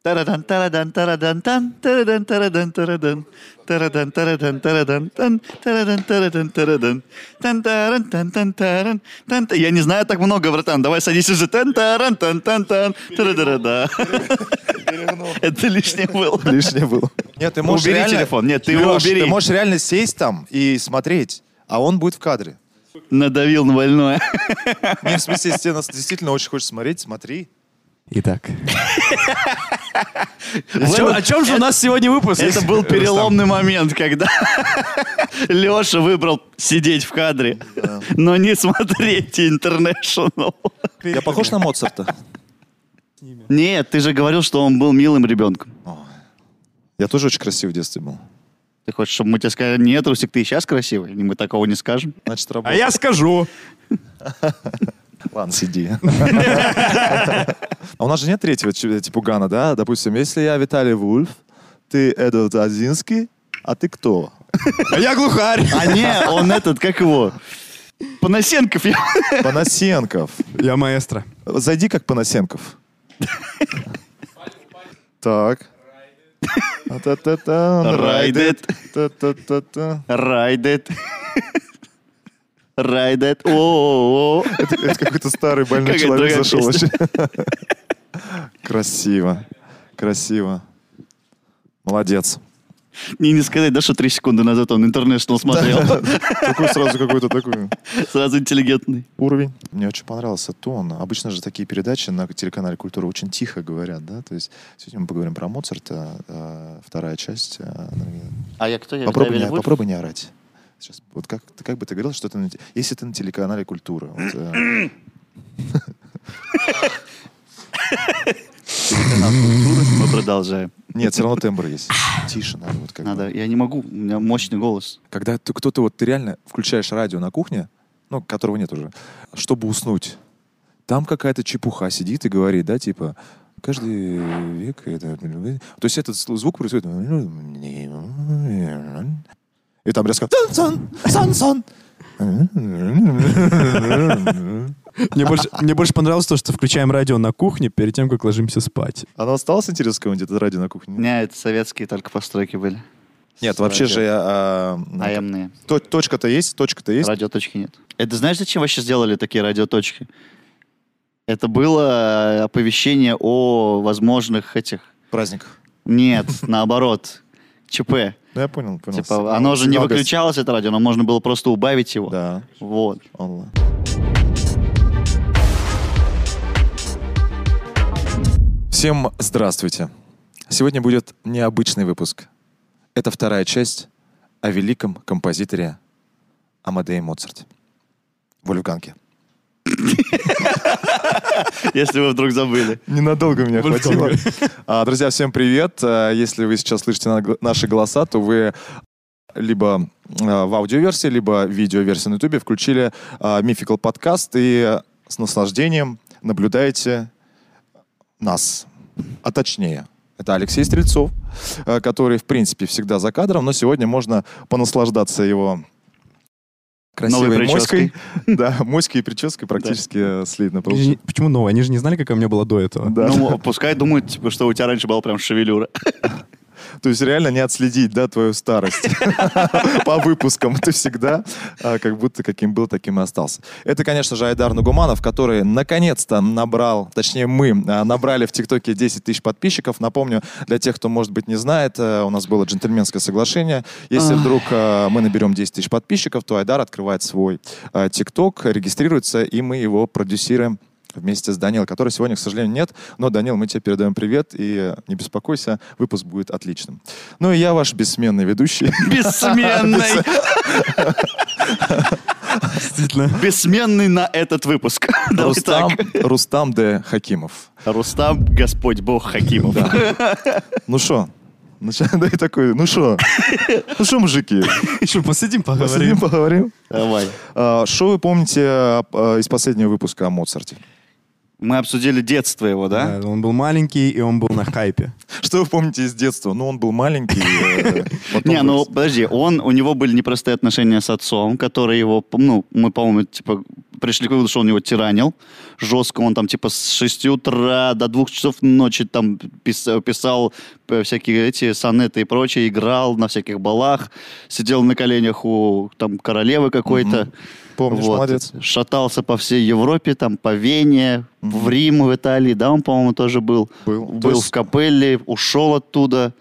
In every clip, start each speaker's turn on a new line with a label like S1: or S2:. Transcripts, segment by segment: S1: Тарадан, тарадан, тарадан, тан, тарадан, тарадан, тарадан, тарадан, тарадан, тарадан, тан, тарадан, тарадан, тарадан, тан, таран, тан, тан, таран, тан, та- Я не знаю так много, братан. Давай садись уже. Тан, таран, тан, тан, тан, тарадарада. Это лишнее было.
S2: Лишнее было.
S3: Нет, ты можешь
S1: Ну, Убери
S3: реально-
S1: телефон. Нет, ты его
S3: Лёш,
S1: убери.
S3: Ты можешь реально сесть там и смотреть, а он будет в кадре.
S1: Надавил на больное.
S3: Не, в смысле, если тебе нас действительно очень хочешь смотреть, смотри.
S2: Итак. А
S4: О чем, о чем же у нас сегодня выпуск?
S1: Это
S2: Э,
S1: был переломный момент, когда Леша выбрал сидеть в кадре, но не смотреть интернешнл.
S3: Я похож на Моцарта?
S1: Нет, ты же говорил, что он был милым ребенком.
S3: Я тоже очень красив в детстве был.
S1: Ты хочешь, чтобы мы тебе сказали, нет, Русик, ты и сейчас красивый? Мы такого не скажем.
S3: Значит,
S4: А
S3: работа.
S4: я скажу.
S3: Ладно, сиди. А у нас же нет третьего чи- типугана, да? Допустим, если я Виталий Вульф, ты Эдвард Азинский, а ты кто?
S4: А я глухарь.
S1: А не, он этот, как его? Панасенков. я-
S3: Панасенков.
S4: Я маэстро.
S3: Зайди как Панасенков. Так. Та-та-та,
S1: Райдет.
S3: Та-та-та-та.
S1: Райдет. Райдет. О,
S3: Это какой-то старый больной
S1: Какая
S3: человек
S1: другая
S3: зашел
S1: песня.
S3: вообще. Красиво. Красиво. Молодец.
S1: не, не сказать, да, что три секунды назад он интернешнл смотрел.
S3: Такой сразу какой-то такой
S1: Сразу интеллигентный.
S3: уровень. Мне очень понравился тон. Обычно же такие передачи на телеканале «Культура» очень тихо говорят, да? То есть сегодня мы поговорим про Моцарта, э, вторая часть. э, дорогие.
S1: А я кто? Я
S3: Попробуй не,
S1: Виталий Вольф?
S3: попробуй не орать. Сейчас, вот как, ты, как бы ты говорил, что ты на те- если ты на телеканале «Культура», вот, э,
S1: Мы продолжаем.
S3: нет, все равно тембр есть. Тише надо. Вот как бы.
S1: Надо, я не могу, у меня мощный голос.
S3: Когда ты, кто-то, вот ты реально включаешь радио на кухне, ну, которого нет уже, чтобы уснуть, там какая-то чепуха сидит и говорит, да, типа, каждый век это... То есть этот сл- звук происходит... ну, И там резко... «Сан-сан! Сан-сан!»
S4: Мне больше, мне больше понравилось то, что включаем радио на кухне перед тем, как ложимся спать.
S3: Оно осталось интересно кому-нибудь, это радио на
S1: У
S3: кухне?
S1: меня это советские только постройки были.
S3: Нет, вообще же... а, а,
S1: АМные.
S3: то- Точка-то есть, точка-то есть.
S1: Радиоточки нет. Это знаешь, зачем вообще сделали такие радиоточки? Это было э, оповещение о возможных этих...
S3: Праздник.
S1: Нет, наоборот. ЧП.
S3: Ну, я понял, понял.
S1: Типа, оно же не
S3: Сигнал газ.
S1: выключалось, это радио, но можно было просто убавить его.
S3: Да.
S1: Вот.
S3: Алла. Всем здравствуйте. Сегодня будет необычный выпуск. Это вторая часть о великом композиторе Амадее Моцарте. Вольфганге.
S1: Если вы вдруг забыли.
S3: Ненадолго меня
S4: Вольфганга.
S3: хватило. А, Друзья, всем привет. А, Если вы сейчас слышите на- наши голоса, то вы а, либо а, в аудиоверсии, либо в видеоверсии на ютубе включили а, Mythical подкаст и с наслаждением наблюдаете нас. А точнее, это Алексей Стрельцов, а, который, в принципе, всегда за кадром, но сегодня можно понаслаждаться его красивой
S1: Новой
S3: моськой. Да, моськой и прической практически э, слитно получилось.
S4: Почему новое? Они же не знали, какая у меня была до этого.
S3: Да.
S1: Ну, пускай думают, типа, что у тебя раньше была прям шевелюра.
S3: То есть реально не отследить, да, твою старость по выпускам. Ты всегда а, как будто каким был, таким и остался. Это, конечно же, Айдар Нугуманов, который наконец-то набрал, точнее мы а, набрали в ТикТоке 10 тысяч подписчиков. Напомню, для тех, кто, может быть, не знает, э, у нас было джентльменское соглашение. Если вдруг э, мы наберем 10 тысяч подписчиков, то Айдар открывает свой э, ТикТок, регистрируется, и мы его продюсируем вместе с Данилом, которого сегодня, к сожалению, нет. Но, Данил, мы тебе передаем привет, и э, не беспокойся, выпуск будет отличным. Ну и я ваш бессменный ведущий.
S1: Бессменный.
S4: Действительно.
S1: Бессменный на этот выпуск. Давай
S3: Рустам,
S1: так.
S3: Рустам Д. Хакимов.
S1: Рустам, Господь Бог Хакимов.
S3: Ну что? Ну ща, да и такой, ну что? Ну что, мужики?
S4: Еще
S3: Посидим,
S4: посидим, поговорим.
S3: поговорим.
S1: Давай.
S3: А, Что вы помните а, а, из последнего выпуска о Моцарте?
S1: Мы обсудили детство его, да?
S4: Да, Он был маленький, и он был на хайпе.
S3: Что вы помните из детства? Ну, он был маленький. э, потом
S1: Не, ну
S3: вырос.
S1: подожди, он, у него были непростые отношения с отцом, который его, ну, мы, по-моему, типа, пришли к выводу, что он его тиранил жестко. Он там типа с 6 утра до 2 часов ночи там пис- писал э, всякие эти сонеты и прочее, играл на всяких балах, сидел на коленях у там королевы какой-то.
S3: Помнишь,
S1: Вот.
S3: молодец.
S1: Шатался по всей Европе, там по Вене, в
S3: Мгм.
S1: Рим, в Италии, да, он, по-моему, тоже был.
S3: Был. То
S1: Был
S3: есть-
S1: в капелле, ушел оттуда.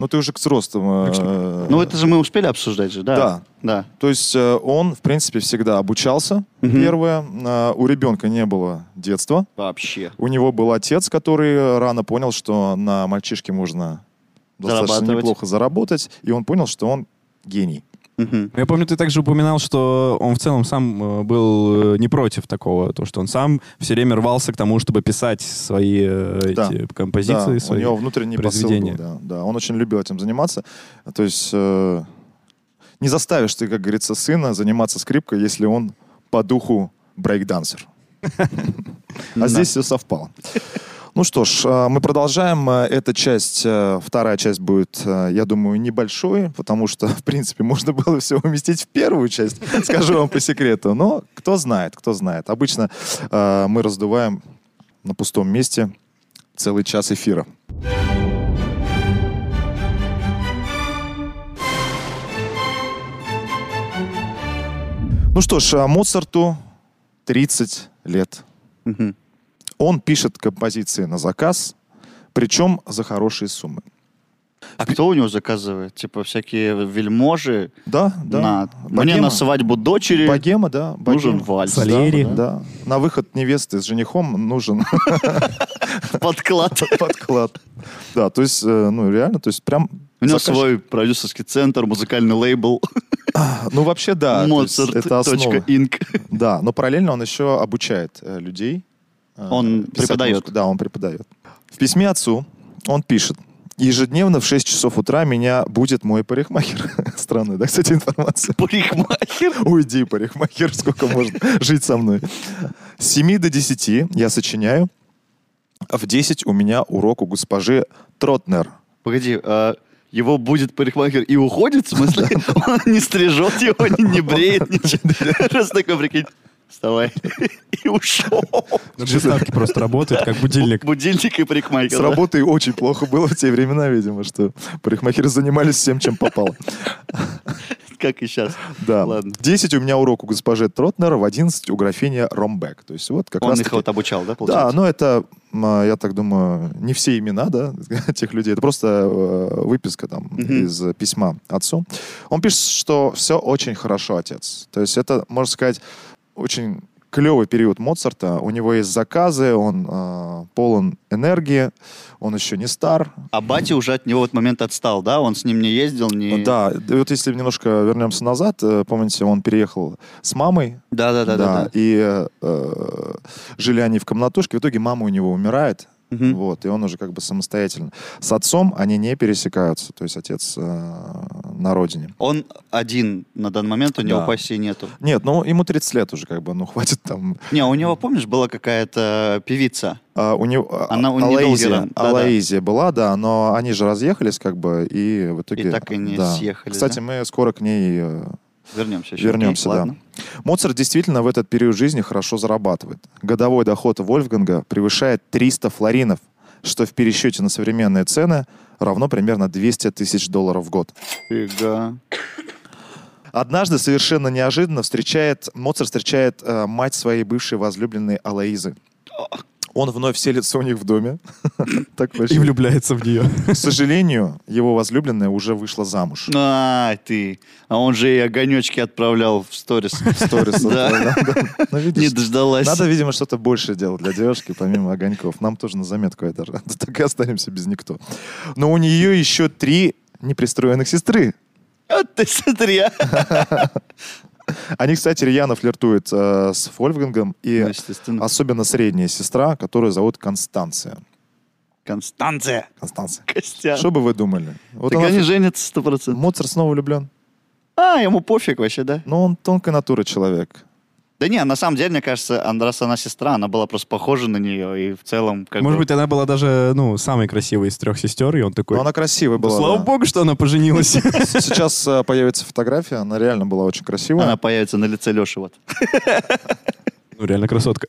S3: Ну, ты уже к взрослым. э,
S1: Ну, это же мы успели обсуждать же, да?
S3: Да.
S1: Да.
S3: То есть э, он, в принципе, всегда обучался.
S1: Мгм.
S3: Первое, э, у ребенка не было детства.
S1: Вообще.
S3: У него был отец, который э, рано понял, что на мальчишке можно достаточно
S1: Зарабатывать.
S3: неплохо заработать. И он понял, что он гений.
S1: Мгм.
S4: Я помню, ты также упоминал, что он в целом сам э, был э, не против такого, то, что он сам все время рвался к тому, чтобы писать свои э,
S3: Да.
S4: эти композиции,
S3: Да, у
S4: свои
S3: него внутренний посыл был,
S4: произведения.
S3: да, да. Он очень любил этим заниматься. То есть э, не заставишь ты, как говорится, сына заниматься скрипкой, если он по духу брейкдансер.
S1: Да.
S3: А здесь все совпало. Ну что ж, э, мы продолжаем. Э, Эта часть, э, вторая часть будет, э, я думаю, небольшой, потому что, в принципе, можно было все уместить в первую часть, скажу вам по секрету. Но кто знает, кто знает. Обычно э, мы раздуваем на пустом месте целый час эфира. Ну что ж, а Моцарту 30 лет.
S1: Мгм.
S3: Он пишет композиции на заказ, причем за хорошие суммы.
S1: А кто у него заказывает? Типа всякие вельможи
S3: Да, да.
S1: на... Мне на свадьбу дочери
S3: Богема, да. богема.
S1: нужен вальс.
S3: Да,
S4: Сальери.
S3: Да, На выход невесты с женихом нужен
S1: Подклад.
S3: подклад. Да, то есть, э, ну реально, то есть прям...
S1: У него
S3: заказчик-
S1: свой продюсерский центр, музыкальный лейбл.
S3: Ну вообще да. то есть
S1: Моцарт.
S3: Это
S1: точка
S3: основа.
S1: инк.
S3: Да, но параллельно он еще обучает э, людей. э,
S1: Он
S3: писать
S1: преподает.
S3: музыку. Да, он преподает. В письме отцу он пишет. Ежедневно в 6 часов утра меня будет мой парикмахер. Странная, да, кстати, информация?
S1: Парикмахер.
S3: Уйди, парикмахер, сколько можно жить со мной. С 7 до 10 я сочиняю. а В 10 у меня урок у госпожи Тротнер.
S1: Погоди, а его будет парикмахер и уходит, в смысле? Он не стрижет его, не- не бреет, ничего. Раз такой, прикинь, вставай. И ушел.
S4: На приставке просто работает, как будильник.
S1: Будильник и парикмахер.
S3: С
S1: да.
S3: работой очень плохо было в те времена, видимо, что парикмахеры занимались всем, чем попало.
S1: Как и сейчас.
S3: Да.
S1: Ладно.
S3: В 10 у меня урок у госпожи Тротнер, в 11 у графини Ромбек. То есть вот как
S1: Он
S3: раз...
S1: их вот обучал, да,
S3: Да, ну,
S1: получается?
S3: но это, м, а, я так думаю, не все имена, да, тех людей. Это просто э, выписка там
S1: Мгм.
S3: из э, письма отцу. Он пишет, что все очень хорошо, отец. То есть это, можно сказать, очень клевый период Моцарта. У него есть заказы, он э, полон энергии, он еще не стар.
S1: А батя уже от него в этот момент отстал, да? Он с ним не ездил, не...
S3: Да, и вот если немножко вернемся назад, э, помните, он переехал с мамой
S1: Да, да, да, да. да.
S3: И э, э, жили они в комнатушке. В итоге мама у него умирает.
S1: Мгм.
S3: Вот, и он уже как бы самостоятельно. С отцом они не пересекаются. То есть отец э, на родине.
S1: Он один на данный момент, у него
S3: Да.
S1: пассии нету.
S3: Нет, ну ему 30 лет уже как бы, ну хватит там.
S1: Не, у него, помнишь, была какая-то певица?
S3: А, у него, а,
S1: Она у неё долгий
S3: Алаизия,
S1: ран, да-да.
S3: Алаизия была, да, но они же разъехались как бы, и в итоге...
S1: И так и не
S3: да.
S1: съехали,
S3: Кстати,
S1: да?
S3: мы скоро к ней э,
S1: Вернемся еще.
S3: Вернемся,
S1: Окей,
S3: да.
S1: ладно.
S3: Моцарт действительно в этот период жизни хорошо зарабатывает. Годовой доход Вольфганга превышает 300 флоринов, что в пересчете на современные цены равно примерно 200 тысяч долларов в год.
S1: Фига.
S3: Однажды совершенно неожиданно встречает, Моцарт встречает э, мать своей бывшей возлюбленной Алаизы. Он вновь селится у них в доме. Так вообще.
S4: И влюбляется в нее.
S3: К сожалению, его возлюбленная уже вышла замуж.
S1: А, ты. А он же и огонечки отправлял в сторис.
S3: Сторис.
S1: Да.
S3: Да. Ну, видишь,
S1: Не дождалась.
S3: Надо, видимо, что-то больше делать для девушки, помимо огоньков. Нам тоже на заметку это. Так и останемся без никто. Но у нее еще три непристроенных сестры.
S1: А ты смотри, а.
S3: Они, кстати, рьяно флиртуют э, с Фольфгангом. И
S1: Ну, естественно.
S3: особенно средняя сестра, которую зовут Констанция.
S1: Констанция.
S3: Констанция.
S1: Костян.
S3: Что бы вы думали? Вот
S1: так
S3: она-
S1: они женятся сто процентов.
S3: Моцарт снова влюблен.
S1: А, ему пофиг вообще, да?
S3: Но он тонкой натуры человек.
S1: Да не, на самом деле, мне кажется, ан- раз она сестра, она была просто похожа на нее, и в целом... Как
S4: Может
S1: бы-
S4: быть, она была даже, ну, самой красивой из трех сестер, и он такой...
S3: Но она красивая
S4: Ну, «Да
S3: была.
S4: Слава
S3: да.
S4: богу, что она поженилась.
S3: Сейчас э, появится фотография. Она реально была очень красивая.
S1: она появится на лице Леши вот.
S4: Ну, реально красотка.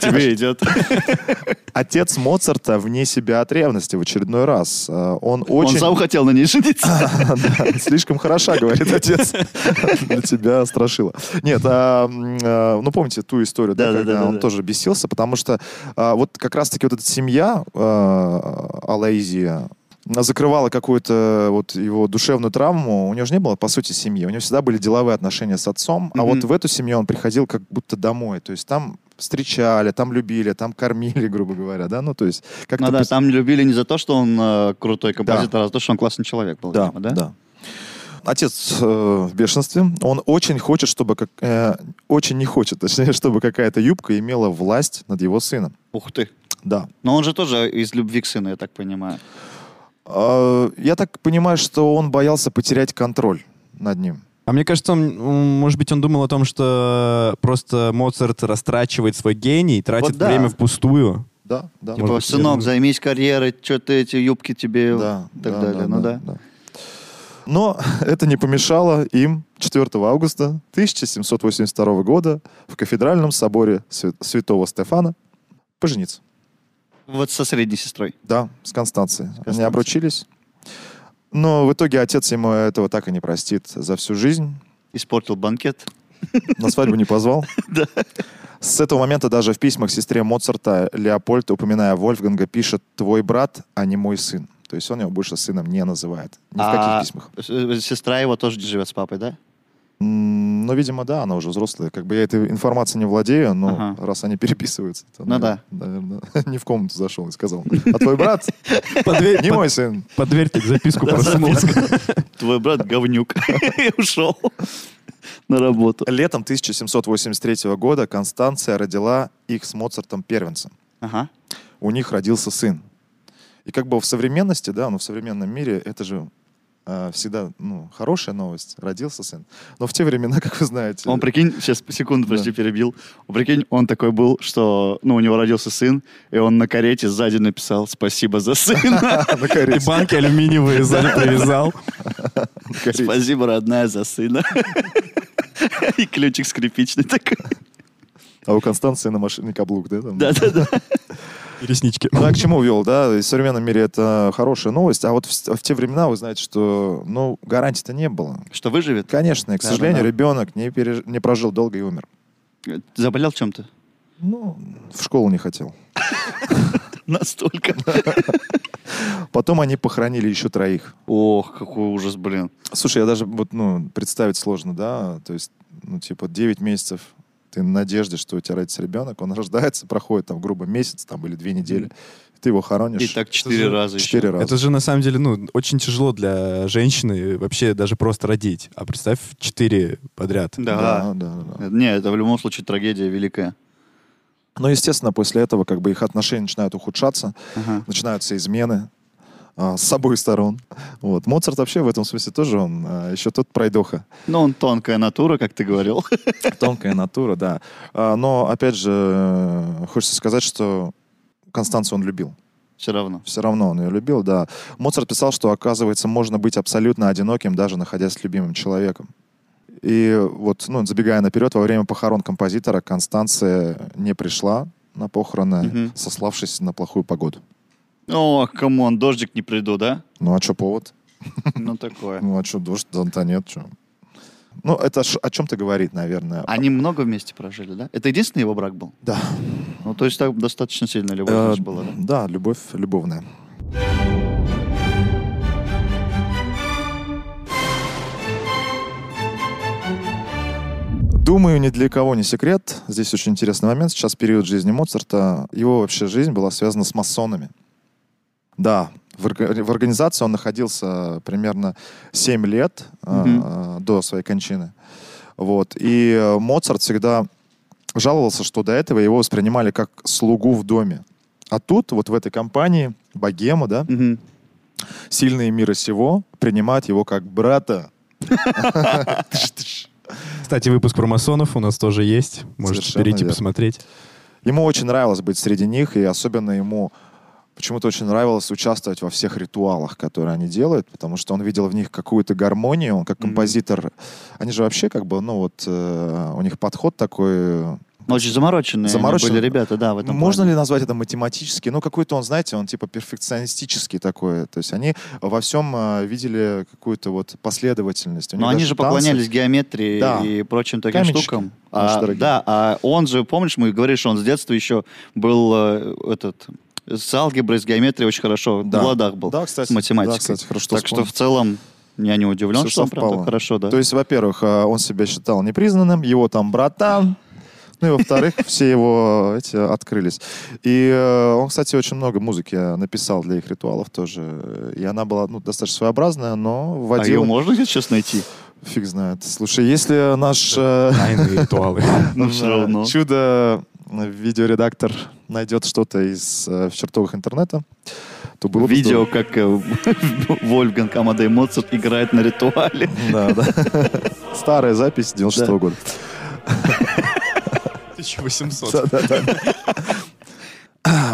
S1: Тебе идет.
S3: Отец Моцарта вне себя от ревности в очередной раз. Э, Он
S1: Он
S3: очень...
S1: сам хотел на ней жениться.
S3: Да, Слишком хороша, говорит отец. Для тебя страшила. Нет, а, м, а, ну помните ту историю, да,
S1: Да-да-да-да-да.
S3: когда он тоже бесился, потому что а, вот как раз-таки вот эта семья а, Алаизия она закрывала какую-то вот его душевную травму. У него же не было, по сути, семьи. У него всегда были деловые отношения с отцом. А
S1: Мгм.
S3: вот в эту семью он приходил как будто домой. То есть там встречали, там любили, там кормили, грубо говоря, да? Ну, то есть как-то...
S1: Ну да,
S3: пос-
S1: там любили не за то, что он э, крутой композитор, а за то, что он классный человек был. видимо, да?
S3: Отец э, в бешенстве. Он очень хочет, чтобы как, э, очень не хочет, точнее, чтобы какая-то юбка имела власть над его сыном.
S1: Ух ты.
S3: Да.
S1: Но он же тоже из любви к сыну, я так понимаю.
S3: Э, я так понимаю, что он боялся потерять контроль над ним.
S4: А мне кажется, он, м, может быть, он думал о том, что просто Моцарт растрачивает свой гений, тратит
S3: Вот да.
S4: время впустую.
S3: Да, да.
S4: Может
S1: Типа,
S4: быть,
S1: сынок,
S4: я-
S1: займись карьерой, что ты эти юбки тебе
S3: Да,
S1: и так
S3: да,
S1: далее.
S3: да,
S1: ну
S3: да,
S1: да.
S3: да. Но это не помешало им 4 августа 1782 года в кафедральном соборе Свя- Святого Стефана пожениться.
S1: Вот со средней сестрой.
S3: Да, с Констанцией. Они
S1: Констанцией.
S3: обручились. Но в итоге отец ему этого так и не простит за всю жизнь.
S1: Испортил банкет.
S3: На свадьбу не позвал. С этого момента даже в письмах сестре Моцарта Леопольд, упоминая Вольфганга, пишет «твой брат, а не мой сын». То есть он его больше сыном не называет. Ни в
S1: А
S3: каких письмах.
S1: с- э, Сестра его тоже не живет с папой, да?
S3: М, Ну, видимо, да, она уже взрослая. Как бы я этой информацией не владею, но
S1: Ага.
S3: раз они переписываются, то,
S1: Ну да.
S3: наверное, не в комнату зашел и сказал. А твой брат
S4: Под дверь,
S3: не
S4: под-
S3: мой сын.
S4: под дверь так записку
S1: Да,
S4: просунул.
S1: Твой брат говнюк. И ушел на работу.
S3: Летом 1783 года Констанция родила их с Моцартом первенца.
S1: Ага.
S3: У них родился сын. И как бы в современности, да, ну в современном мире это же э, всегда ну, хорошая новость, родился сын. Но в те времена, как вы знаете,
S1: Он, прикинь, сейчас, секунду, прости, перебил. Прикинь, он такой был, что, ну, у него родился сын, и он на карете сзади написал «Спасибо за сына».
S3: на
S4: И
S3: карете,
S4: банки алюминиевые сзади привязал.
S3: на карете.
S1: Спасибо, родная, за сына. И ключик скрипичный такой.
S3: А у Констанции на машине каблук, да? там?
S1: Да-да-да.
S4: И Реснички.
S3: Ну, я к чему вел, да? И В современном мире это хорошая новость. А вот в, с- в те времена, вы знаете, что, ну, гарантий-то не было.
S1: Что, выживет?
S3: Конечно, и, к
S1: Да, да,
S3: сожалению,
S1: да.
S3: ребенок не, переж- не прожил долго и умер.
S1: Заболел чем-то?
S3: Ну, в школу не хотел.
S1: Настолько.
S3: Потом они похоронили еще троих.
S1: Ох, какой ужас, блин.
S3: Слушай, я даже вот, ну, представить сложно, да? То есть, ну, типа, 9 месяцев ты на надежде, что у тебя родится ребенок, он рождается, проходит там, грубо, месяц там или две недели, и ты его хоронишь.
S1: И так четыре раза еще.
S3: Четыре раза.
S4: Это же на самом деле, ну, очень тяжело для женщины вообще даже просто родить. А представь, четыре подряд.
S1: Да.
S3: да, да, да.
S1: Не, это в любом случае трагедия великая.
S3: Но, Ну, естественно, после этого как бы их отношения начинают ухудшаться,
S1: Ага.
S3: начинаются измены а, с обоих сторон. Вот. Моцарт вообще в этом смысле тоже он а, еще тот пройдоха.
S1: Ну, он тонкая натура, как ты говорил.
S3: Тонкая натура, да. А, но, опять же, э, хочется сказать, что Констанцию он любил.
S1: Все равно.
S3: Все равно он ее любил, да. Моцарт писал, что, оказывается, можно быть абсолютно одиноким, даже находясь с любимым человеком. И вот, ну, забегая наперед, во время похорон композитора Констанция не пришла на похороны,
S1: Мгм.
S3: сославшись на плохую погоду.
S1: О, камон, дождик не приду, да?
S3: Ну, а что повод?
S1: Ну, такое.
S3: Ну, а что, дождь, зонта нет, что? Ну, это ж о чем-то говорит, наверное.
S1: Они много вместе прожили, да? Это единственный его брак был?
S3: Да.
S1: Ну, то есть так достаточно сильная любовь
S3: Э,
S1: значит, была, да?
S3: да, любовь любовная. Думаю, ни для кого не секрет. Здесь очень интересный момент. Сейчас период жизни Моцарта. Его вообще жизнь была связана с масонами. Да, в, орга- в организации он находился примерно 7 лет а,
S1: Мгм.
S3: а, до своей кончины. Вот. И э, Моцарт всегда жаловался, что до этого его воспринимали как слугу в доме. А тут, вот в этой компании, богема, да,
S1: Мгм.
S3: сильные мира сего принимают его как брата.
S4: Кстати, выпуск про масонов у нас тоже есть. Можете
S3: Совершенно
S4: перейти
S3: верно.
S4: посмотреть.
S3: Ему очень нравилось быть среди них, и особенно ему почему-то очень нравилось участвовать во всех ритуалах, которые они делают, потому что он видел в них какую-то гармонию, он как
S1: Мгм.
S3: композитор. Они же вообще как бы, ну вот, э, у них подход такой, э,
S1: Очень замороченные, они
S3: Замороченные.
S1: были ребята, да, в этом
S3: Можно
S1: плане.
S3: ли назвать это математически? Ну, какой-то он, знаете, он типа перфекционистический такой. То есть они во всем а, видели какую-то вот последовательность. У
S1: Но
S3: них
S1: они
S3: даже
S1: же
S3: танцы-
S1: поклонялись геометрии
S3: Да.
S1: и прочим таким
S3: Каменщики,
S1: штукам.
S3: наши
S1: А,
S3: дорогие.
S1: да, а он же, помнишь, мы говорили, что он с детства еще был э, этот с алгеброй, с геометрией очень хорошо
S3: Да.
S1: в ладах был.
S3: Да, кстати.
S1: с математикой.
S3: Да, кстати, хорошо,
S1: так что
S3: вспомнил.
S1: в целом я не удивлен,
S3: Всё
S1: что он прям
S3: совпало.
S1: так хорошо, да.
S3: То есть, во-первых, э, он себя считал непризнанным, его там братан. Ну и во-вторых, все его эти открылись. И э, он, кстати, очень много музыки написал для их ритуалов тоже. И она была ну, достаточно своеобразная, но
S1: а
S3: вводила...
S1: ее можно где-то сейчас найти?
S3: Фиг знает. Слушай, если наш э,
S4: Тайные ритуалы.
S1: Но все Ну, равно.
S3: чудо э, видеоредактор найдет что-то из э, в чертовых интернета, то было бы
S1: Видео, как э, Вольфганг Амадей Моцарт играет на ритуале.
S3: здорово. Да, да. Старая запись 96 года.
S4: 1800.
S3: Да-да-да.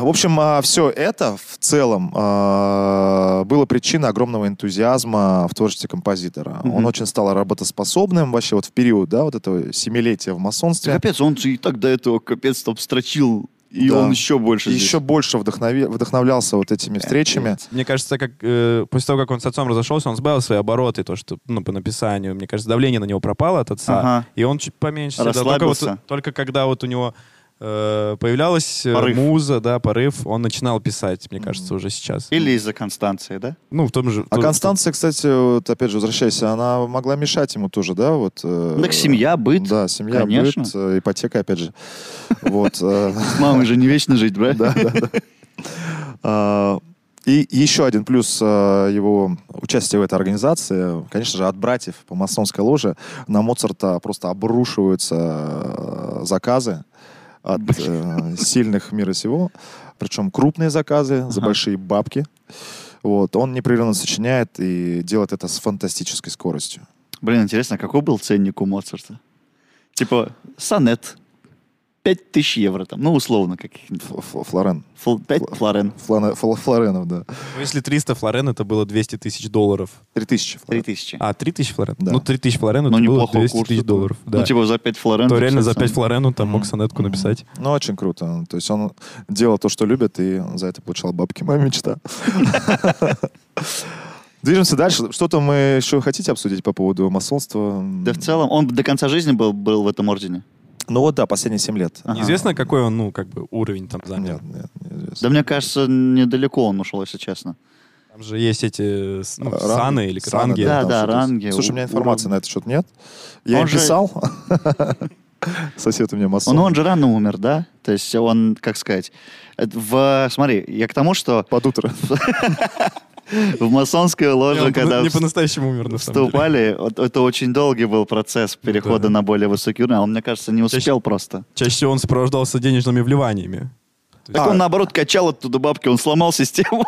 S3: В общем, все это в целом а, было причиной огромного энтузиазма в творчестве композитора.
S1: Мгм.
S3: Он очень стал работоспособным вообще вот в период, да, вот этого семилетия в масонстве.
S1: Капец, он же и так до этого капец там строчил, и
S3: Да.
S1: он еще больше здесь. Э,
S3: Еще больше вдохнови- вдохновлялся вот этими встречами.
S4: Мне кажется, как э, после того, как он с отцом разошелся, он сбавил свои обороты, то, что, ну, по написанию. Мне кажется, давление на него пропало от отца,
S1: Ага.
S4: и он чуть поменьше. себя дал. Только, вот-
S1: Расслабился.
S4: только когда вот у него э, появлялась э,
S1: Порыв.
S4: муза, да, порыв, он начинал писать, мне кажется, уже сейчас.
S1: Или из-за Констанции, да?
S4: Ну, в том же... в
S3: А
S4: том-
S3: Констанция, кстати, вот опять же, возвращаясь, она могла мешать ему тоже, да? Вот, э,
S1: Ну Так семья, быт.
S3: Да, семья,
S1: конечно.
S3: быт, э, ипотека, опять же. Вот. э,
S1: С мамой же не вечно жить, брат.
S3: Да, да, да. А, И еще один плюс а, его участия в этой организации, конечно же, от братьев по масонской ложе на Моцарта просто обрушиваются а, заказы от э, сильных мира сего, причем крупные заказы за
S1: Ага.
S3: большие бабки. Вот, он непрерывно сочиняет и делает это с фантастической скоростью.
S1: Блин, интересно, какой был ценник у Моцарта? Типа, сонет. 5000 евро там, ну, условно, каких-нибудь.
S3: Ф- Ф- Флорен.
S1: 5 флорен.
S3: Флана- Фл- Флоренов, да.
S4: Ну, Если 300 флорен, это было 200 тысяч долларов.
S3: 3000. флорен.
S1: 3000.
S4: А, 3000 флорен?
S3: Да.
S4: Ну, 3000 флорен,
S1: Ну,
S4: это было
S1: неплохого
S4: 200
S1: курса.
S4: тысяч долларов.
S1: Ну,
S4: да.
S1: типа, за 5 флорен.
S4: То
S1: ты
S4: реально за
S1: всё
S4: 5
S1: сам.
S4: флорен он там мог
S3: Мгм.
S4: сонетку
S3: Мгм.
S4: написать.
S3: Ну, очень круто. То есть он делал то, что любит, и за это получал бабки. Моя мечта. Движемся дальше. Что-то мы еще хотите обсудить по поводу масонства?
S1: Да в целом, он до конца жизни был, был в этом ордене.
S3: Ну вот да, последние 7 лет.
S1: Ага.
S4: Неизвестно, какой он, ну, как бы уровень там занял.
S3: Нет, нет, неизвестно.
S1: А, Да мне кажется, недалеко он ушел, если честно.
S4: Там же есть эти с- ну,
S3: Ранги.
S4: саны или
S3: Саны,
S4: ранги.
S1: да.
S3: там что-то есть.
S1: ранги,
S3: Слушай, у
S1: у-
S3: меня информации
S1: уровни.
S3: на этот счет нет. Я
S1: Он
S3: им
S1: же-
S3: писал. Сосед у меня масон.
S1: Он, Ну, он же рано умер, да? То есть он, как сказать, это в, смотри, я к тому, что
S3: Под утро.
S1: в масонской
S4: Не,
S1: ложе,
S4: он
S1: когда
S4: по- не
S1: вс-
S4: по-настоящему умер, на самом деле. Ну
S1: вступали, вот это очень долгий был процесс перехода
S4: Да.
S1: на более высокий уровень, а он, мне кажется, не успел просто.
S4: Чаще всего он сопровождался денежными вливаниями. То
S1: Так
S3: А.
S1: он, наоборот, качал оттуда бабки, он сломал систему.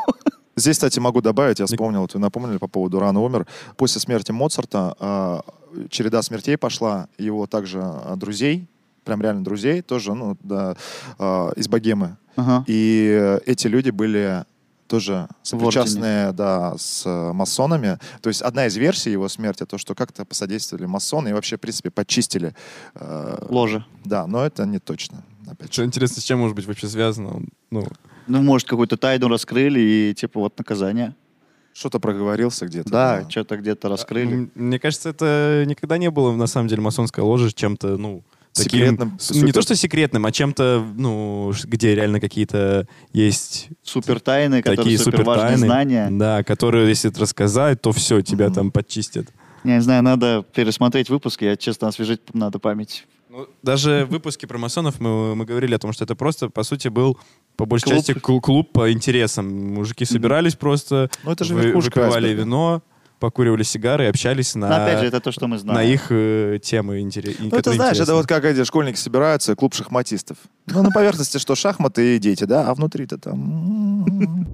S3: Здесь, кстати, могу добавить, я вспомнил, вот вы напомнили по поводу «Рано умер». После смерти Моцарта а, череда смертей пошла, его также а, друзей, прям реально друзей, тоже ну, да, а, из богемы.
S1: Ага.
S3: И э, эти люди были тоже
S1: В ордене.
S3: сопричастные да, с э, масонами. То есть одна из версий его смерти, то, что как-то посодействовали масоны и вообще, в принципе, почистили. э,
S1: Ложа.
S3: да, но это не точно. Опять
S4: Что
S3: же.
S4: интересно, с чем может быть вообще связано? Он, Ну,
S1: Ну, может, какую-то тайну раскрыли и, типа, вот наказание.
S3: Что-то проговорился где-то.
S1: Да, что-то где-то раскрыли.
S4: м- мне кажется, это никогда не было на самом деле масонская ложа чем-то, ну, таким-
S3: Секретным,
S4: с- Не
S3: супер.
S4: то, что секретным, а чем-то, ну, ш- где реально какие-то есть
S1: Супер тайны, которые
S4: такие
S1: супер
S4: супер
S1: важные знания.
S4: Да, которые, если это рассказать, то все, тебя
S3: Мгм.
S4: там подчистят.
S1: Я не знаю, надо пересмотреть выпуск, я, честно, освежить надо память.
S4: Ну, даже в выпуске про масонов мы, мы говорили о том, что это просто, по сути, был по большей
S1: Клуб.
S4: части клу- клуб по интересам. Мужики собирались просто,
S3: Ну, это же
S4: вы-
S3: верхушка
S4: выпивали
S3: айсберга.
S4: вино, покуривали сигары и общались на,
S1: Но, опять же, это то, что мы знаем.
S4: на их э, темы интере-
S3: Ну, это
S4: которые
S3: знаешь, это
S4: интересны.
S3: вот как эти школьники собираются, клуб шахматистов. Ну, на поверхности что, шахматы и дети, да? А внутри-то там... м-м. м.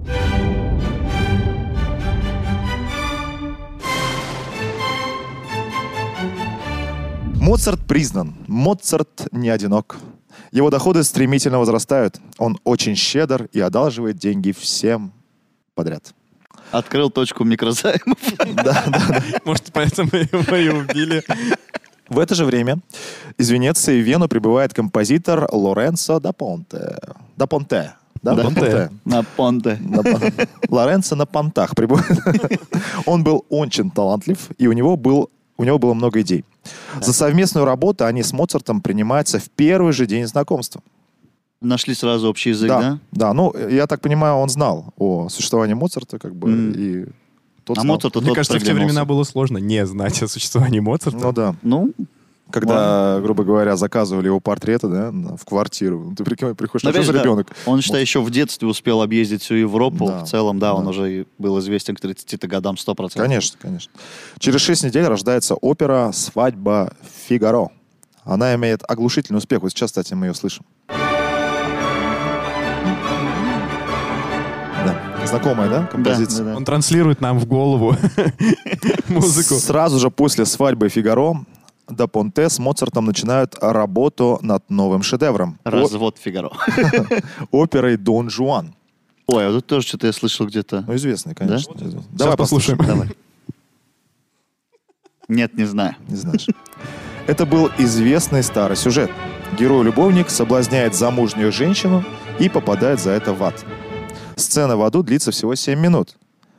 S3: Моцарт признан. Моцарт не одинок. Его доходы стремительно возрастают. Он очень щедр и одалживает деньги всем подряд.
S1: Открыл точку микрозаймов.
S4: Может, поэтому его и убили.
S3: В это же время Из Венеции в Вену прибывает композитор Лоренцо да Понте. Да Понте. Да,
S1: Да.
S3: да Понте.
S1: На понте.
S3: На пон- Лоренцо на понтах прибывает. Он был очень талантлив, и у него, был, у него было много идей. За совместную работу они с Моцартом принимаются в первый же день знакомства.
S1: Нашли сразу общий язык, да?
S3: да, ну, я так понимаю, он знал о существовании Моцарта, как бы,
S1: Мгм.
S3: и тот
S1: А
S3: знал.
S1: Моцарт
S4: Мне кажется, в те времена было сложно не знать о существовании Моцарта.
S3: Ну да.
S1: Ну,
S3: Когда, грубо говоря, заказывали его портреты, да, на- в квартиру. Ну, Ты прикинь, приходишь, а
S1: опять
S3: что
S1: же,
S3: за
S1: да,
S3: ребенок?
S1: Он, считай, еще в детстве успел объездить всю Европу.
S3: Да.
S1: В целом, да, он
S3: Да.
S1: уже и был известен к 30-то годам 100%.
S3: Конечно, конечно. Через шесть недель рождается опера «Свадьба Фигаро». Она имеет оглушительный успех. Вот сейчас, кстати, мы ее слышим. Да. Знакомая, да, композиция?
S1: Да, да,
S4: Он транслирует нам в голову музыку.
S3: Сразу же после «Свадьбы Фигаро» да Понте с Моцартом начинают работу над новым шедевром.
S1: да. Развод Фигаро.
S3: О- оперой «Дон Жуан».
S1: Ой, а тут тоже что-то я слышал где-то.
S3: Ну, известный, конечно.
S1: Да?
S3: Давай
S4: Сейчас послушаем.
S1: Давай. Нет, не знаю.
S3: Не знаешь. Это был известный старый сюжет. Герой-любовник соблазняет замужнюю женщину и попадает за это в ад. Сцена в аду длится всего 7 минут.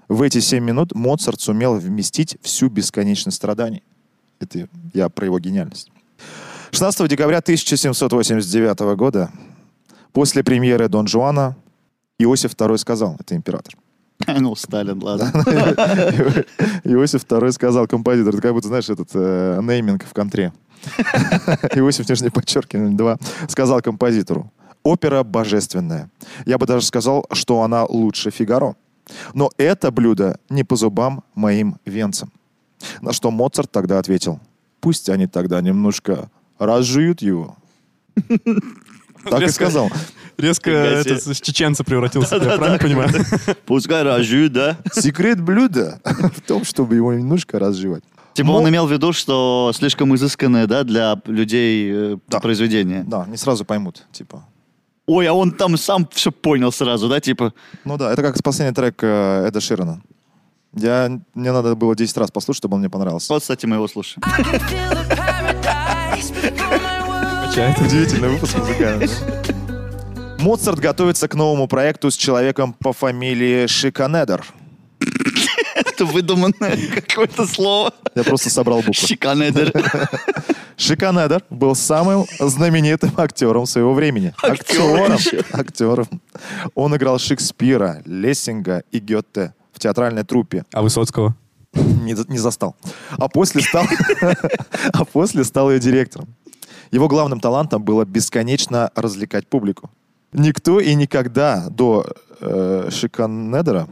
S3: В эти 7 минут Моцарт сумел вместить всю бесконечность страданий. Это я про его гениальность. 16 декабря 1789 года, после премьеры Дон Жуана, Иосиф II сказал, это император,
S1: Ну, Сталин, ладно.
S3: Иосиф II сказал композитор, это как будто, знаешь, этот э, нейминг в контре. Иосиф, нижнее подчеркивание, два. Сказал композитору, опера божественная. Я бы даже сказал, что она лучше Фигаро. Но это блюдо не по зубам моим венцам. На что Моцарт тогда ответил, пусть они тогда немножко разжуют его. Так и
S4: Резко.
S3: сказал.
S4: Резко
S1: Фига себе.
S4: этот, с чеченца превратился, я правильно понимаю?
S1: Пускай рожу, да?
S3: Секрет блюда в том, чтобы его немножко разжевать.
S1: Типа
S3: Мо-
S1: он имел в виду, что слишком изысканное, да, для людей э,
S3: Да.
S1: произведение.
S3: Да, не сразу поймут, типа.
S1: Ой, а он там сам все понял сразу, да, типа...
S3: Ну да, это как последний трек э, Эда Ширана. Я, мне надо было 10 раз послушать, чтобы он мне понравился.
S1: Вот, кстати, мы его слушаем.
S2: I can feel the paradise before my world.
S4: Качает.
S3: Удивительный выпуск музыкальный. да? Моцарт готовится к новому проекту с человеком по фамилии Шиканедер.
S1: Это выдуманное какое-то слово.
S3: Я просто собрал буквы.
S1: Шиканедер.
S3: Шиканедер был самым знаменитым актером своего времени.
S1: Актером еще.
S3: Актером. Он играл Шекспира, Лессинга и Гёте в театральной труппе.
S4: А Высоцкого?
S3: не, за- не застал. А после стал, а после стал ее директором. Его главным талантом было бесконечно развлекать публику. Никто и никогда до э, Шиканедера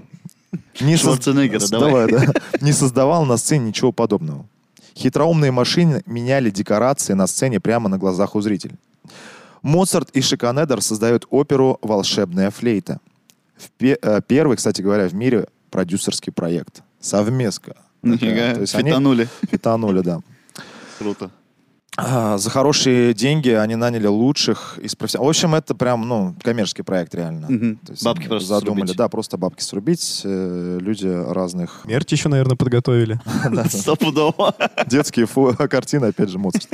S3: не, соз-
S1: Шварценеггера,
S3: с-
S1: давай.
S3: да, не создавал на сцене ничего подобного. Хитроумные машины меняли декорации на сцене прямо на глазах у зрителей. Моцарт и Шиканедер создают оперу «Волшебная флейта». В пе- э, первый, кстати говоря, в мире продюсерский проект. Совместка.
S1: Нифига,
S3: То есть они
S1: фитанули.
S3: фитанули, да.
S1: Круто.
S3: А, За хорошие деньги они наняли лучших из профессионалов. В общем, это прям, ну, коммерческий проект реально.
S1: Мгм.
S3: То есть
S1: Бабки
S3: они
S1: просто
S3: задумали,
S1: срубить.
S3: да, просто бабки срубить. э, Люди разных
S4: Мерч еще, наверное, подготовили.
S1: Стопудово.
S3: Детские фо- картины, опять же, Моцарт.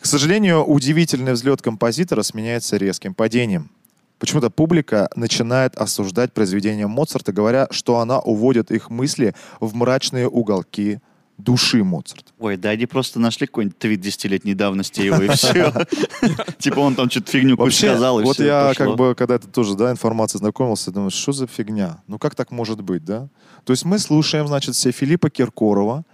S3: К сожалению, удивительный взлет композитора сменяется резким падением. Почему-то публика начинает осуждать произведение Моцарта, говоря, что она уводит их мысли в мрачные уголки души Моцарта.
S1: Ой, да они просто нашли какой-нибудь твит десятилетней давности его, и все. Типа он там что-то фигню какую-то
S3: Вообще,
S1: сказал, и
S3: вот
S1: всё,
S3: я
S1: пошло.
S3: как бы, когда это тоже, да, информация знакомился, думаю, что за фигня? Ну как так может быть, да? То есть мы слушаем, значит, все Филиппа Киркорова,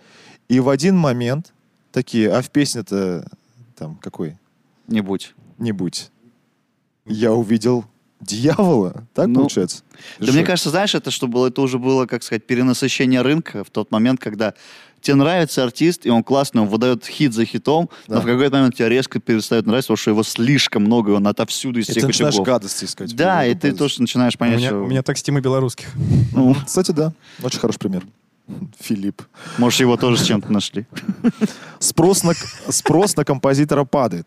S3: и в один момент такие, а в песне-то там какой?
S1: Не будь.
S3: нибудь я увидел дьявола. Так
S1: Ну,
S3: получается?
S1: Да
S3: Что?
S1: мне кажется, знаешь, это что было, это уже было, как сказать, перенасыщение рынка в тот момент, когда тебе нравится артист, и он классный, он выдает хит за хитом, но
S3: Да.
S1: в какой-то момент тебе резко перестает нравиться, потому что его слишком много, и он отовсюду из
S3: И ты
S1: всех
S3: начинаешь
S1: утюгов.
S3: гадости искать.
S1: Да, и
S3: Поэтому
S1: ты
S3: гадости.
S1: тоже начинаешь
S4: А У
S1: понять,
S4: меня-
S1: что
S4: у меня так стима белорусских.
S1: ну,
S3: Кстати, да. Очень хороший пример. Филипп.
S1: может, его тоже с чем-то нашли.
S3: Спрос на, спрос на композитора падает.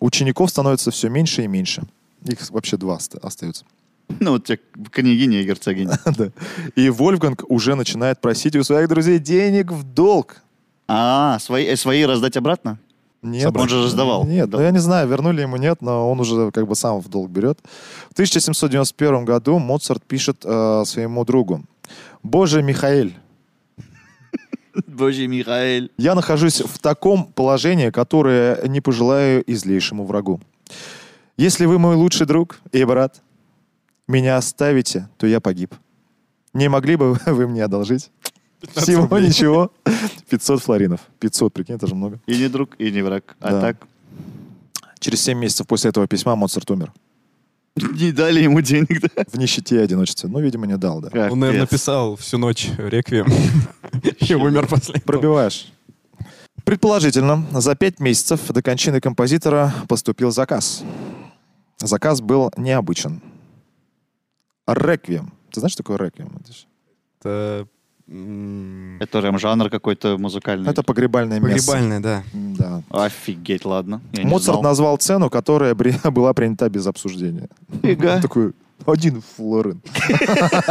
S3: Учеников становится все меньше и меньше. Их вообще два оста- остаются.
S1: Ну, вот тебе княгиня и герцогиня.
S3: Да. И Вольфганг уже начинает просить у своих друзей денег в долг.
S1: А, свои, э, свои раздать обратно?
S3: Нет.
S1: Он же раздавал.
S3: Нет, ну,
S1: Да.
S3: я не знаю, вернули ему, нет, но он уже как бы сам в долг берет. В 1791 году Моцарт пишет э, своему другу. «Боже, Михаэль,
S1: Боже, Михаил.
S3: я нахожусь в таком положении, которое не пожелаю и злейшему врагу. Если вы мой лучший друг и брат, меня оставите, то я погиб. Не могли бы вы мне одолжить? Всего ничего. 500 флоринов. 500, прикинь, это же много.
S1: И не друг, и не враг. А
S3: Да.
S1: так
S3: Через 7 месяцев после этого письма Моцарт умер.
S1: не дали ему денег. да?
S3: В нищете и одиночестве. Ну, видимо, не дал, да.
S1: Капец.
S4: Он, наверное, писал всю ночь реквием. И умер последний.
S3: Пробиваешь. Предположительно, за пять месяцев до кончины композитора поступил заказ. Заказ был необычен. Реквием. Ты знаешь, что такое реквием? Матиш?
S4: Это м,
S1: Это прям жанр какой-то музыкальный.
S3: Это погребальное место.
S4: погребальное, да.
S3: Да.
S1: Офигеть, ладно. Я не
S3: Моцарт
S1: знал.
S3: назвал цену, которая при- была принята без обсуждения.
S1: Фига.
S3: Такой, один флорин.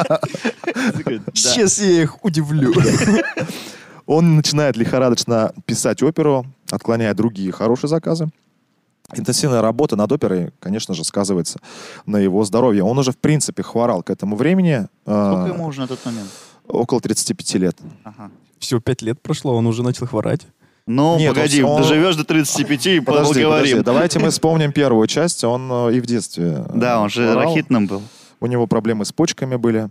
S1: Такой, да.
S3: Сейчас я их удивлю. Он начинает лихорадочно писать оперу, отклоняя другие хорошие заказы. Интенсивная работа над оперой, конечно же, сказывается на его здоровье. Он уже, в принципе, хворал к этому времени. э,
S1: Сколько ему уже на тот момент?
S3: Около 35 лет.
S1: Ага.
S4: Всего пять лет прошло, он уже начал хворать.
S1: Ну,
S3: Нет, он-
S1: погоди,
S3: он-
S1: доживешь до 35 и
S3: Подожди,
S1: поговорим.
S3: подожди, Давайте мы вспомним первую часть. Он э, и в детстве э,
S1: Да, он же
S3: хворал.
S1: рахитным был.
S3: У него проблемы с почками были.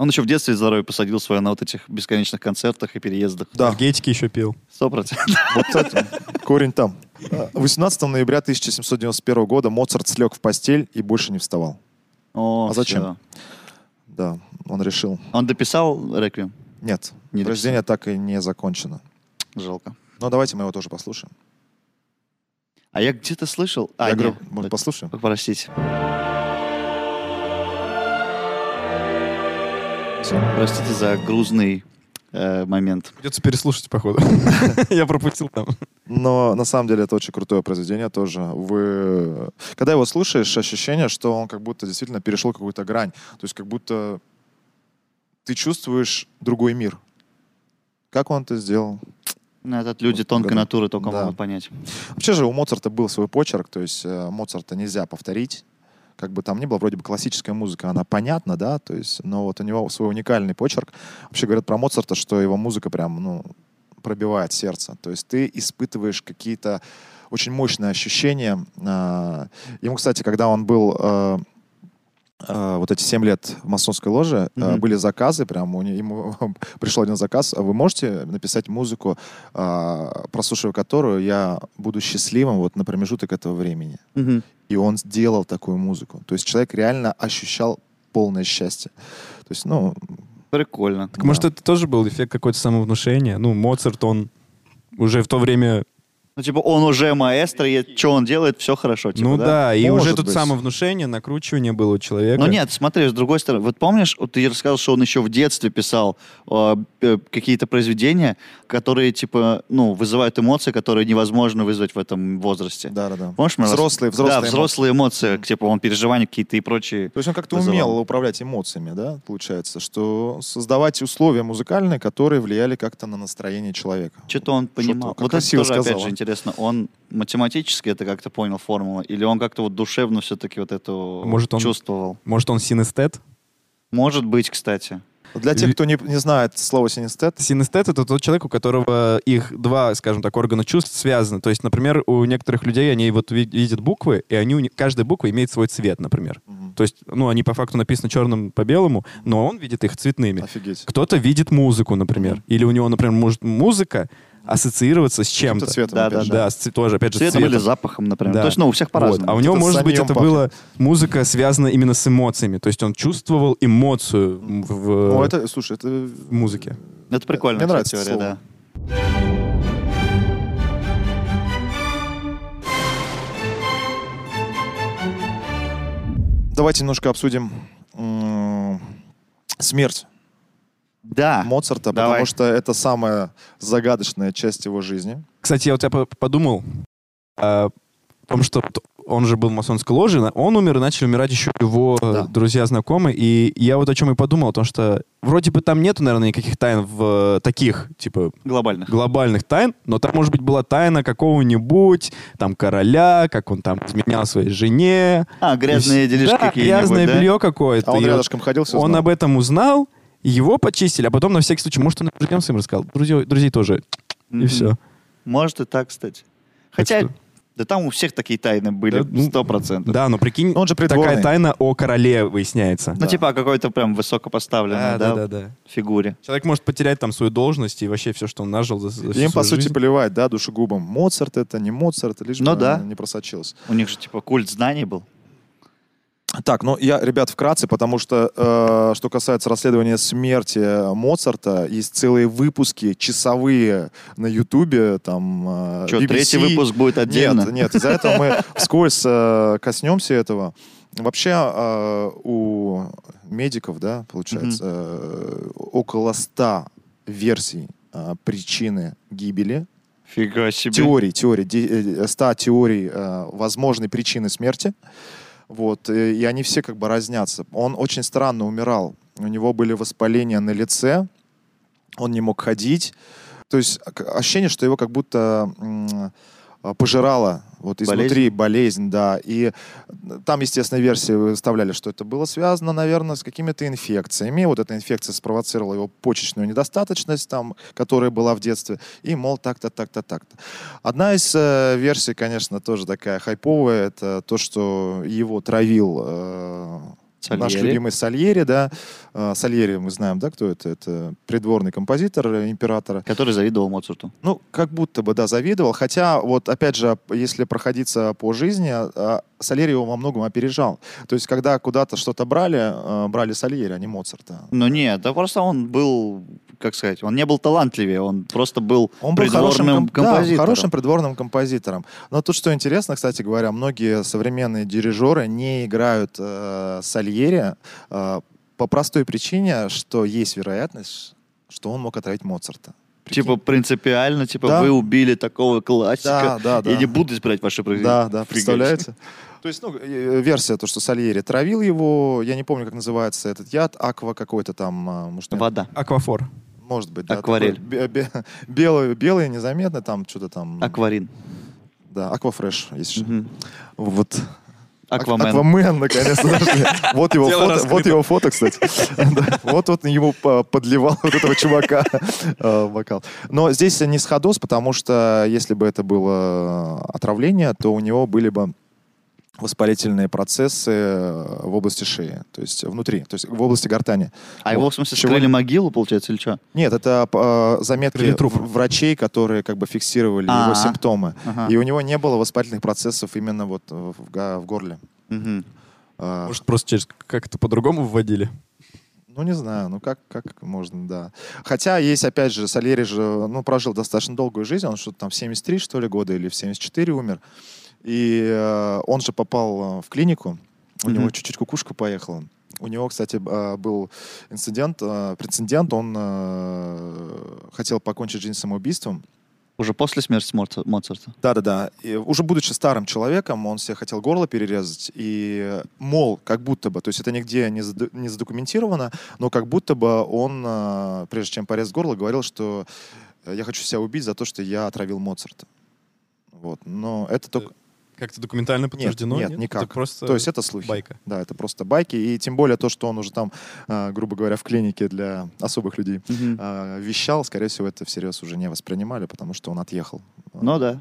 S1: Он еще в детстве здоровье посадил свое на вот этих бесконечных концертах и переездах.
S3: Да.
S4: Энергетики еще пил.
S1: Сто процентов.
S3: Вот это, корень там. Э, 18 ноября 1791 года Моцарт слег в постель и больше не вставал.
S1: О,
S3: А зачем?
S1: всё.
S3: Да, он решил.
S1: Он дописал реквием?
S3: Нет,
S1: Не
S3: рождение так и не закончено.
S1: Жалко.
S3: Но Ну, давайте мы его тоже послушаем.
S1: А я где-то слышал... А,
S3: Я
S1: нет.
S3: говорю,
S1: Так,
S3: может, послушаем?
S1: Простите.
S3: Всё.
S1: Простите за грузный э, момент.
S4: Придется переслушать, походу. Я пропустил там.
S3: Но на самом деле это очень крутое произведение тоже. Вы... Когда его слушаешь, ощущение, что он как будто действительно перешел какую-то грань. То есть как будто ты чувствуешь другой мир. Как он это сделал?
S1: Ну, этот люди тонкой
S3: Угадал.
S1: натуры только
S3: Да.
S1: могут понять.
S3: Вообще же у Моцарта был свой почерк, то есть э, Моцарта нельзя повторить. Как бы там ни было, вроде бы классическая музыка, она понятна, да, то есть, но вот у него свой уникальный почерк. Вообще говорят про Моцарта, что его музыка прям, ну, пробивает сердце. То есть ты испытываешь какие-то очень мощные ощущения. А, Ему, кстати, когда он был э, э, вот эти семь лет в масонской ложе, э,
S1: Мгм.
S3: были заказы, прям у не- ему пришел один заказ. Вы можете написать музыку, а, прослушивая которую я буду счастливым вот на промежуток этого времени. И он сделал такую музыку. То есть человек реально ощущал полное счастье. То есть, ну,
S1: Прикольно.
S4: Так может,
S3: Да.
S4: это тоже был эффект какой-то самовнушения? Ну, Моцарт, он уже в то время...
S1: Ну, типа, он уже маэстро, что он делает, все хорошо. типа,
S4: ну да, и
S3: Может
S4: уже тут
S3: быть.
S4: самовнушение, накручивание было у человека.
S1: Ну нет, смотри, с другой стороны, вот помнишь, вот ты рассказал, что он еще в детстве писал э, э, какие-то произведения, которые типа, ну, вызывают эмоции, которые невозможно вызвать в этом возрасте.
S3: да-да-да.
S1: Помнишь, мы раз-
S3: Взрослые, взрослые.
S1: да,
S3: эмоции.
S1: взрослые эмоции, типа, он переживания какие-то и прочие.
S3: То есть он как-то
S1: Вызывало.
S3: умел управлять эмоциями, да, получается, что создавать условия музыкальные, которые влияли как-то на настроение человека.
S1: Что-то он понимал.
S3: как
S1: вот это
S3: красиво а?
S1: тоже, опять
S3: сказала.
S1: же, интересно. Он математически это как-то понял формулу, или он как-то вот душевно все-таки вот это
S4: Может, он-
S1: чувствовал?
S4: Может, он синестет?
S1: Может быть, кстати.
S3: Для тех, кто не, не знает слово синестет,
S4: Синестет — это тот человек, у которого их два, скажем так, органа чувств связаны. То есть, например, у некоторых людей они вот ви- видят буквы, и они у них- каждая буква имеет свой цвет, например.
S3: Мгм.
S4: То есть, ну, они по факту написаны черным по белому, но он видит их цветными.
S3: офигеть,
S4: Кто-то видит музыку, например. Или у него, например, может музыка ассоциироваться с чем-то.
S3: Каким-то цветом,
S1: Да,
S3: опять
S1: да,
S3: же.
S4: Да, с цве- тоже, опять же, с
S1: Цветом или
S4: цветом.
S1: запахом, например.
S4: Да.
S1: То есть, ну, у всех
S4: Вот.
S1: по-разному.
S4: А у него,
S3: Это
S4: может быть,
S3: саньем
S4: это
S3: пахнет.
S4: было музыка, связана именно с эмоциями. То есть он чувствовал эмоцию в, в-
S3: О, это, слушай, это...
S4: в музыке.
S1: Это прикольная
S3: Мне
S1: кстати,
S3: нравится это
S1: теория, да.
S3: слово. Давайте немножко обсудим м, смерть
S1: Да.
S3: Моцарта,
S1: А. давай.
S3: потому что это самая загадочная часть его жизни.
S4: Кстати, я вот я по- подумал а, о э, том, что вот он же был в масонской ложе, на- он умер, и начали умирать еще его э,
S1: Да.
S4: друзья, знакомые. И я вот о чем и подумал, о том, что вроде бы там нету, наверное, никаких тайн в э, таких, типа,
S1: Глобально.
S4: глобальных тайн, но там, может быть, была тайна какого-нибудь, там, короля, как он там изменял своей жене.
S1: А, грязные
S4: И вс-
S1: делишки
S4: да,
S1: какие-нибудь,
S4: грязное
S1: да?
S4: белье какое-то.
S3: А он
S4: И вот
S3: рядышком ходил, все
S4: Он об этом узнал, его почистили, а потом на всякий случай, может, он друзьям своим рассказал, друзей, друзей тоже, и
S1: Мгм.
S4: все.
S1: Может и так, кстати. Хотя,
S4: что?
S1: да там у всех такие тайны
S4: Да, ну,
S1: были, сто процентов.
S4: Да, но прикинь,
S3: Он же
S4: такая
S3: придворный.
S4: тайна о короле выясняется.
S1: Ну, типа, о какой-то прям
S3: ну
S1: высокопоставленной, да,
S4: да.
S1: фигуре.
S4: Человек может потерять там свою должность и вообще все, что он нажил за, за всю
S3: Им, по
S4: свою
S3: сути,
S4: жизнь.
S3: плевать, да, душегубом. Моцарт это, не Моцарт, лишь
S1: Ну
S3: бы
S1: да.
S3: не просочилось.
S1: У них же, типа, культ знаний был.
S3: Так, ну я, ребят, вкратце, потому что э, что касается расследования смерти э, Моцарта, есть целые выпуски часовые на Ютубе, там. э,
S1: Че,
S3: BBC.
S1: третий выпуск будет отдельно?
S3: Нет, нет, из-за этого мы вскользь э, коснемся этого. Вообще э, у медиков, да, получается, э, около ста версий э, причины гибели
S1: Фига себе.
S3: теорий, теорий, де- э, 100 теорий э, возможной причины смерти. Вот, э, и они все как бы разнятся. Он очень странно умирал. У него были воспаления на лице, он не мог ходить. То есть а, к- ощущение, что его как будто м, а, пожирала вот
S1: Болезнь?
S3: изнутри болезнь, да. И э, там, естественно, версии выставляли, что это было связано, наверное, с какими-то инфекциями. Вот эта инфекция спровоцировала его почечную недостаточность, там, которая была в детстве. И, мол, так-то, так-то, так-то. Одна из э, версий, конечно, тоже такая хайповая, это то, что его травил э,
S1: Сальери.
S3: наш любимый Сальери, да. Э, Сальери, мы знаем, да, кто это? Это придворный композитор э, императора.
S1: Который завидовал Моцарту.
S3: Ну, как будто бы, да, завидовал. Хотя, вот, опять же, п- если проходиться по жизни, а, Сальери его во многом опережал. То есть, когда куда-то что-то брали, э, брали Сальери, а не Моцарта.
S1: Ну нет, да просто он был, как сказать, он не был талантливее, он просто был
S3: Он был хорошим,
S1: придворным
S3: ком- да,
S1: композитором.
S3: хорошим придворным композитором. Но тут что интересно, кстати говоря, многие современные дирижеры не играют э, Сальери э, по простой причине, что есть вероятность, что он мог отравить Моцарта. Прикинь?
S1: Типа принципиально, типа
S3: Да.
S1: вы убили такого классика,
S3: Да, да, да.
S1: я не буду избирать ваши произведения.
S3: Да, да,
S1: Фига
S3: представляете? То есть, ну, э, э, версия, то, что Сальери травил его, я не помню, как называется этот яд, аква какой-то там, а, может,
S1: себе.
S3: нет,
S1: Вода.
S4: Аквафор.
S3: может быть, да.
S1: Акварель.
S3: такой бе- бе- Белый, белый, незаметный, там что-то там.
S1: Акварин.
S3: Да, аквафреш есть еще.
S1: Мгм.
S3: Вот.
S1: Аквамен.
S3: Аквамен, наконец-то. дошли. Вот его
S4: Дело
S3: фото,
S4: раскрыто.
S3: вот его фото, кстати. Да. Вот вот ему по- подливал вот этого чувака э, бокал. Но здесь не сходос, потому что если бы это было отравление, то у него были бы воспалительные процессы э, в области шеи, то есть внутри, то есть в области гортани.
S1: А его, в смысле,
S3: Чего?
S1: скрыли могилу, получается, или что?
S3: Нет, это э, заметки
S4: Или труп.
S3: в- врачей, которые как бы фиксировали его
S1: А-а.
S3: симптомы.
S1: Ага.
S3: И у него не было воспалительных процессов именно вот в, в га- в горле.
S1: Мгм.
S3: Э,
S4: Может, просто через как-то по-другому вводили?
S3: Ну, не знаю, ну как, как можно, да. Хотя есть, опять же, Сальери же, ну, прожил достаточно долгую жизнь, он что-то там в 73, что ли, года или в 74 умер. И э, он же попал э, в клинику, у него
S1: Мгм.
S3: чуть-чуть кукушка поехала. У него, кстати, б- э, был инцидент, э, прецедент, он э, хотел покончить жизнь самоубийством.
S1: Уже после смерти Моца- Моцарта.
S3: Да-да-да. И Уже будучи старым человеком, он себе хотел горло перерезать. И, мол, как будто бы, то есть это нигде не, заду- не задокументировано, но как будто бы он, э, прежде чем порезать горло, говорил, что э, я хочу себя убить за то, что я отравил Моцарта. Вот. Но это только...
S4: Как-то документально подтверждено?
S3: нет, никак.
S4: Это просто
S3: То есть это слухи.
S4: байка.
S3: Да, это просто байки. И тем более то, что он уже там, э, грубо говоря, в клинике для особых людей
S1: Мгм.
S3: э, вещал, скорее всего, это всерьез уже не воспринимали, потому что он отъехал.
S1: Ну да.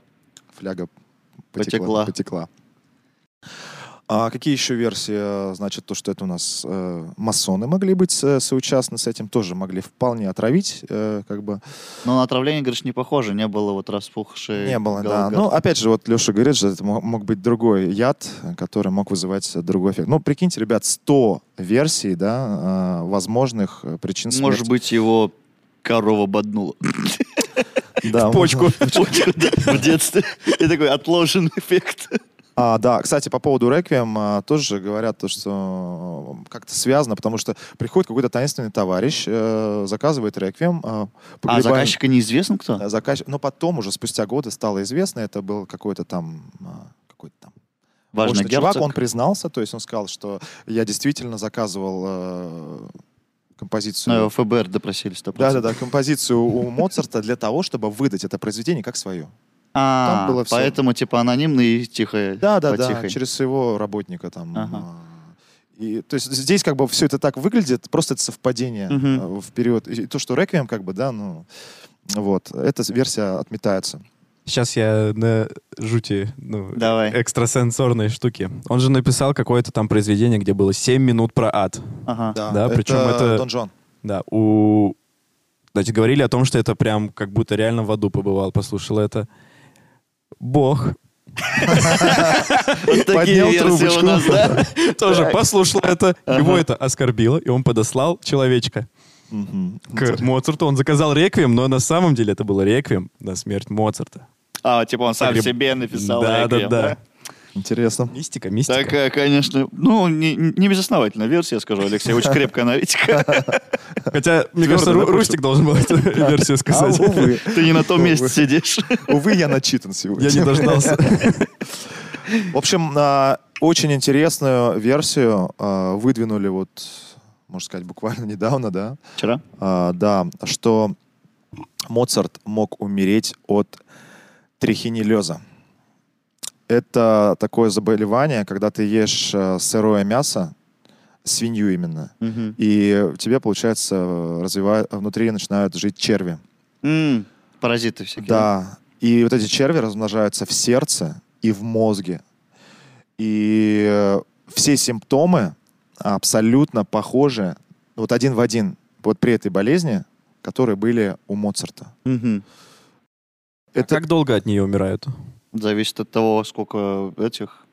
S3: фляга
S1: Потекла.
S3: потекла. потекла. А какие еще версии? э, Значит, то, что это у нас э, масоны могли быть со- соучастны с этим, тоже могли вполне отравить, э, как бы
S1: Но на отравление, говоришь, не похоже. Не было вот распухшей
S3: не было, да.
S1: головы.
S3: Ну, опять же, вот Леша говорит, что это мо- мог быть другой яд, который мог вызывать э, другой эффект. Ну, прикиньте, ребят, 100 версий, да, э, возможных э, причин смерти.
S1: Может быть, его корова боднула.
S3: Ну, да,
S4: Почку.
S1: Почку, да, в детстве. И такой отложенный эффект.
S3: А, да, кстати, по поводу Реквием а, тоже говорят, то, что э, как-то связано, потому что приходит какой-то таинственный товарищ, э, заказывает Реквием. а,
S1: А
S3: погребальный-
S1: заказчика неизвестно
S3: Э,
S1: кто?
S3: Да, заказчик- Но потом уже спустя годы стало известно, это был какой-то там а, какой-то там
S1: Важный
S3: Потому что чувак,
S1: герцог.
S3: он признался, то есть он сказал, что я действительно заказывал э,
S1: Ну,
S3: композицию.
S1: ФБР допросили 100%.
S3: Да-да-да, композицию у Моцарта для того, чтобы выдать это произведение как свое.
S1: А,
S3: Там было всё.
S1: поэтому типа анонимно и тихо.
S3: Да, да, да,
S1: потихонь.
S3: через своего работника там.
S1: Ага.
S3: э, И, то есть здесь как бы все это так выглядит, просто это совпадение
S1: Мгм.
S3: э, в период. И то, что Реквием как бы, да, ну, вот, эта версия отметается.
S4: Сейчас я на жути, ну,
S1: Давай.
S3: Э,
S4: экстрасенсорные штуки. Он же написал какое-то там произведение, где было 7 минут про ад.
S1: Ага.
S4: Да, причем это-
S3: Дон Жуан.
S4: Да, у... Значит, говорили о том, что это прям как будто реально в аду побывал, послушал это. Бог
S1: Вот такие
S3: Поднял
S1: версии у
S3: трубочку.
S1: нас, да?
S4: тоже
S1: Так.
S4: послушал это,
S1: Ага.
S4: его это оскорбило, и он подослал человечка
S3: Мгм.
S4: к Моцарту. Он заказал реквием, но на самом деле это был реквием на смерть Моцарта.
S1: А, типа он сам
S4: Погреб-
S1: себе написал.
S4: Да, да,
S1: «Реквием»,
S4: да.
S3: Интересно.
S4: Мистика, мистика.
S1: Такая, э, конечно, ну, не, не безосновательная версия, я скажу, Алексей, очень крепкая аналитика.
S4: Хотя, мне
S3: Твёрдо,
S4: кажется,
S3: да,
S4: Ру-
S3: пошел?
S4: Рустик должен был эту версию
S3: А,
S4: сказать.
S3: увы.
S1: Ты не на том месте
S3: Увы.
S1: сидишь.
S3: Увы, я начитан сегодня.
S4: Я не дождался.
S3: В общем, а, очень интересную версию а, выдвинули вот, можно сказать, буквально недавно, да?
S1: Вчера?
S3: А, Да, что Моцарт мог умереть от трихинеллеза. Это такое заболевание, когда ты ешь э, сырое мясо, свинью именно,
S1: Мгм.
S3: и в тебе, получается, развивают, внутри начинают жить черви.
S1: М, Паразиты всякие.
S3: Да. И вот эти черви размножаются в сердце и в мозге. И э, все симптомы абсолютно похожи, вот один в один, вот при этой болезни, которые были у Моцарта.
S1: Мгм.
S3: Это
S4: А Как долго от нее умирают?
S1: Зависит от того, сколько этих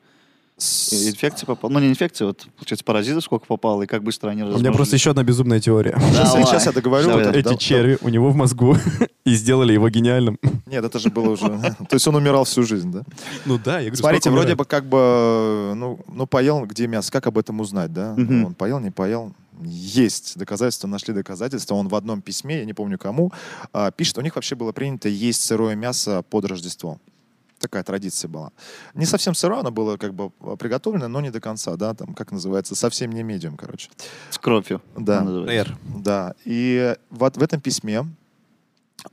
S3: с-
S1: инфекций попало. Ну, не инфекции, вот, получается, паразитов сколько попало и как быстро они
S4: А У меня просто еще одна безумная теория.
S3: Сейчас,
S1: Давай.
S3: сейчас я договорю.
S1: Давай,
S3: вот
S1: давай.
S3: это,
S4: Эти
S3: да?
S4: черви у него в мозгу и сделали его гениальным.
S3: Нет, это же было уже... То есть он умирал всю жизнь, да?
S4: Ну да, я говорю,
S3: Смотрите, вроде бы как бы, ну, ну, поел, где мясо, как об этом узнать, да?
S1: Мгм.
S3: Он поел, не поел. Есть доказательства, нашли доказательства. Он в одном письме, я не помню кому, а, пишет, у них вообще было принято есть сырое мясо под Рождество. Такая традиция была. Не совсем сырое, оно было как бы а, приготовлено, но не до конца, да, там, как называется, совсем не медиум, короче.
S1: С кровью.
S3: Да.
S1: она называется.
S3: Да, и вот в этом письме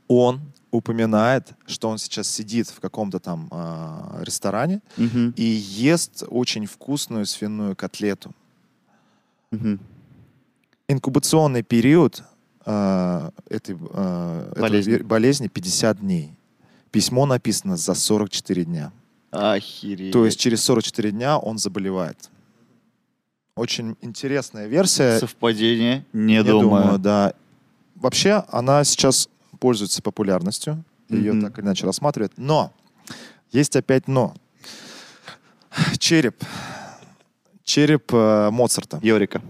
S3: он упоминает, что он сейчас сидит в каком-то там а, ресторане,
S1: Мгм.
S3: и ест очень вкусную свиную котлету.
S1: Мгм.
S3: Инкубационный период э, этой, э, этой
S1: Болезни.
S3: ве- болезни 50 дней. Письмо написано за 44 дня.
S1: Охереть.
S3: То есть через 44 дня он заболевает. Очень интересная версия.
S1: совпадение? Не
S3: Я
S1: думаю.
S3: да. Вообще она сейчас пользуется популярностью. Ее
S1: Мгм.
S3: так или иначе рассматривают. Но есть опять но. Череп. Череп э, Моцарта.
S1: Йорика.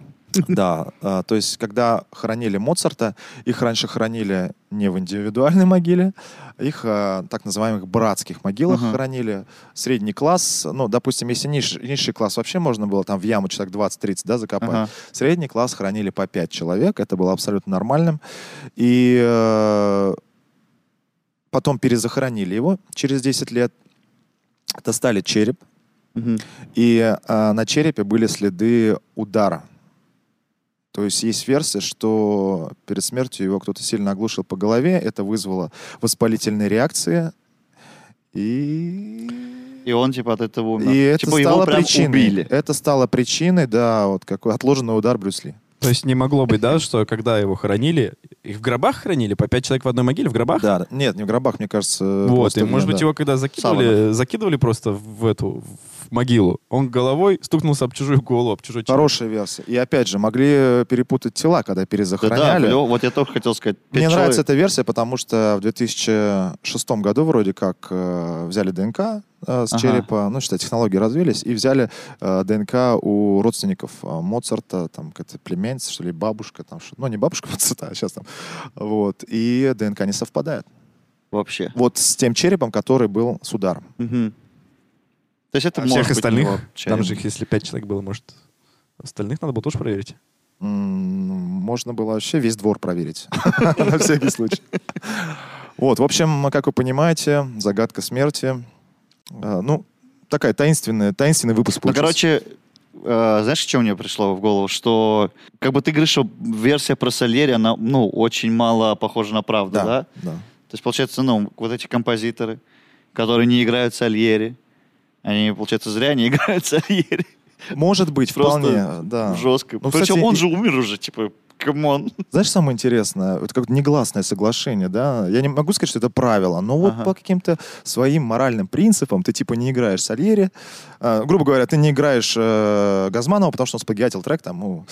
S3: Да, а, то есть когда хоронили Моцарта, их раньше хоронили не в индивидуальной могиле, их а, так называемых братских могилах
S1: Ага.
S3: хоронили. Средний класс, ну, допустим, если ниш- низший класс вообще можно было там в яму человек 20-30, да, закопать.
S1: Ага.
S3: Средний класс хоронили по 5 человек, это было абсолютно нормальным. И э, потом перезахоронили его через 10 лет, достали череп,
S1: Мгм.
S3: и э, на черепе были следы удара. То есть есть версия, что перед смертью его кто-то сильно оглушил по голове, это вызвало воспалительные реакции. И...
S1: И он типа от этого умер.
S3: И это
S1: типа
S3: стало
S1: его прям
S3: причиной. Э,
S1: убили.
S3: Это стало причиной, да, вот какой отложенный удар Брюсли.
S4: То есть не могло быть, да, что когда его хоронили, их в гробах хоронили, по пять человек в одной могиле в гробах?
S3: Да, нет, не в гробах, мне кажется.
S4: Вот,
S3: просто
S4: и
S3: в нем,
S4: может быть
S3: да.
S4: его когда закидывали, закидывали просто в эту в могилу, он головой стукнулся об чужую голову, об чужой череп.
S3: Хорошая версия. И опять же, могли э, перепутать тела,
S1: Да,
S3: когда
S1: да,
S3: перезахороняли.
S1: клево. вот я тоже хотел сказать. пять
S3: Мне нравится
S1: человек.
S3: эта версия, потому что в 2006 году вроде как э, взяли ДНК э, с
S1: Ага.
S3: черепа, ну что, технологии развились, и взяли э, ДНК у родственников э, Моцарта, там какая-то племянница, что ли, бабушка, там, что- ну не бабушка Моцарта, а сейчас там, вот, и ДНК не совпадает.
S1: вообще.
S3: Вот с тем черепом, который был с ударом.
S1: Мгм. То есть это
S4: А
S1: может
S4: всех
S1: быть
S4: остальных,
S1: его Ну,
S4: там
S1: череп.
S4: же их, если пять человек было, может, остальных надо было тоже проверить.
S3: М, Можно было вообще весь двор проверить. На всякий случай. Вот, в общем, как вы понимаете, загадка смерти. Э, Ну, такая таинственная, таинственный выпуск
S1: Ну,
S3: получился.
S1: короче, э, знаешь, что мне пришло в голову? Что, как бы ты говоришь, что версия про Сальери, она, ну, очень мало похожа на правду, да?
S3: да,
S1: То
S3: да.
S1: есть, получается, ну, вот эти композиторы, которые не играют Сальери, они, получается, зря не играют Сальери.
S3: Может быть,
S1: Просто
S3: вполне, да.
S1: Жестко.
S3: Ну,
S1: Причем
S3: кстати,
S1: он
S3: и-
S1: же умер уже, типа, камон.
S3: Знаешь, самое интересное, это как негласное соглашение, да? Я не могу сказать, что это правило, но вот
S1: Ага.
S3: по каким-то своим моральным принципам ты типа не играешь Сальери, Э, грубо говоря, ты не играешь э, Газманова, потому что он сплагиатил трек там у, у
S1: Нет,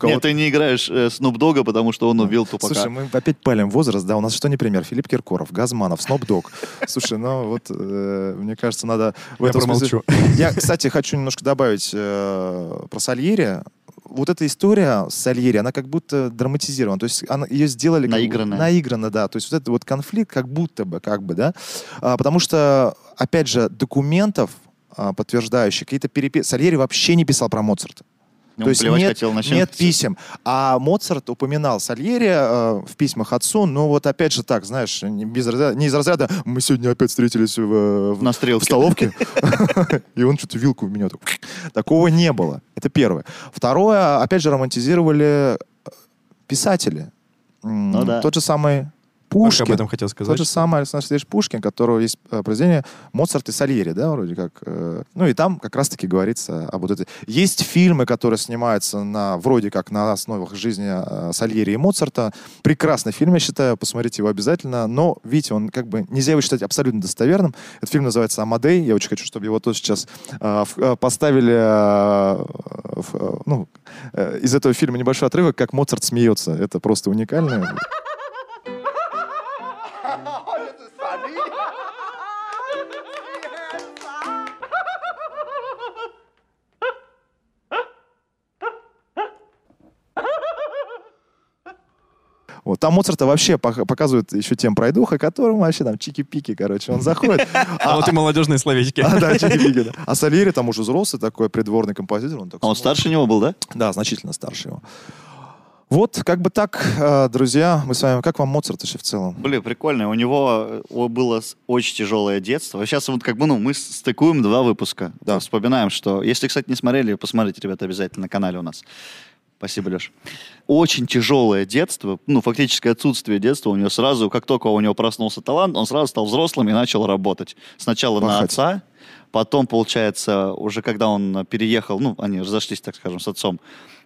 S3: кого-то.
S1: ты не играешь Снуп Дога, потому что он убил Тупака.
S3: Слушай, мы опять палим возраст, да, у нас что не пример? Филипп Киркоров, Газманов, Сноб Дог. Слушай, ну вот, э, мне кажется, надо... в
S4: Я
S3: этом смысле-
S4: промолчу.
S3: Я, кстати, хочу немножко добавить э, про Сальери. Вот эта история с Сальери, она как будто драматизирована. То есть она, ее сделали... как бы-
S1: Наигранная.
S3: наигранно, да. То есть вот этот вот конфликт как будто бы, как бы, да. А, потому что, опять же, документов а, подтверждающих, какие-то переписки... Сальери вообще не писал про Моцарта.
S1: Ну,
S3: То есть
S1: плевать
S3: нет,
S1: хотел на чем
S3: нет
S1: писать.
S3: писем. А Моцарт упоминал Сальери э, в письмах отцу, но вот опять же так, знаешь, не, без разряда- не из разряда «Мы сегодня опять встретились в, в-
S1: На
S3: в
S1: стрелке.
S3: столовке, и он что-то вилку в меня так. Такого не было. Это первое. Второе, опять же, романтизировали э, писатели. М,
S1: Ну да.
S3: Тот же самый
S4: Пушка
S3: Пушкин.
S4: об этом хотел сказать.
S3: Тот же самый Александр Сергеевич Пушкин, у которого есть э, произведение «Моцарт и Сальери», да, вроде как. э, Ну и там как раз-таки говорится об вот этой... Есть фильмы, которые снимаются на, вроде как на основах жизни э, Сальери и Моцарта. Прекрасный фильм, я считаю, посмотрите его обязательно. Но, видите, он как бы... Нельзя его считать абсолютно достоверным. Этот фильм называется «Амадей». Я очень хочу, чтобы его тоже сейчас э, в- э, поставили... э, в, э, ну, э, из этого фильма небольшой отрывок, как Моцарт смеется. Это просто уникально. Вот. Там Моцарта вообще пох- показывают еще тем пройдуха, которому вообще там чики-пики, короче, он заходит.
S4: А
S3: А,
S4: вот и молодежные словечки.
S3: а, да, чики-пики, да. А Сальери там уже взрослый такой, придворный композитор. Он, так
S1: А он
S3: смотрит.
S1: старше него был, да?
S3: Да, значительно старше его. Вот, как бы так, э, друзья, мы с вами... Как вам Моцарт еще в целом?
S1: Блин, прикольно. У него э, о- было с- очень тяжелое детство. Сейчас вот как бы, ну, мы с- стыкуем два выпуска.
S3: Да.
S1: Вспоминаем, что... Если, кстати, не смотрели, посмотрите, ребята, обязательно на канале у нас. Спасибо, Леш. Очень тяжелое детство, ну, фактически отсутствие детства у него сразу, как только у него проснулся талант, он сразу стал взрослым и начал работать. Сначала на
S3: Пахать.
S1: отца, потом, получается, уже когда он э, переехал, ну, они разошлись, так скажем, с отцом,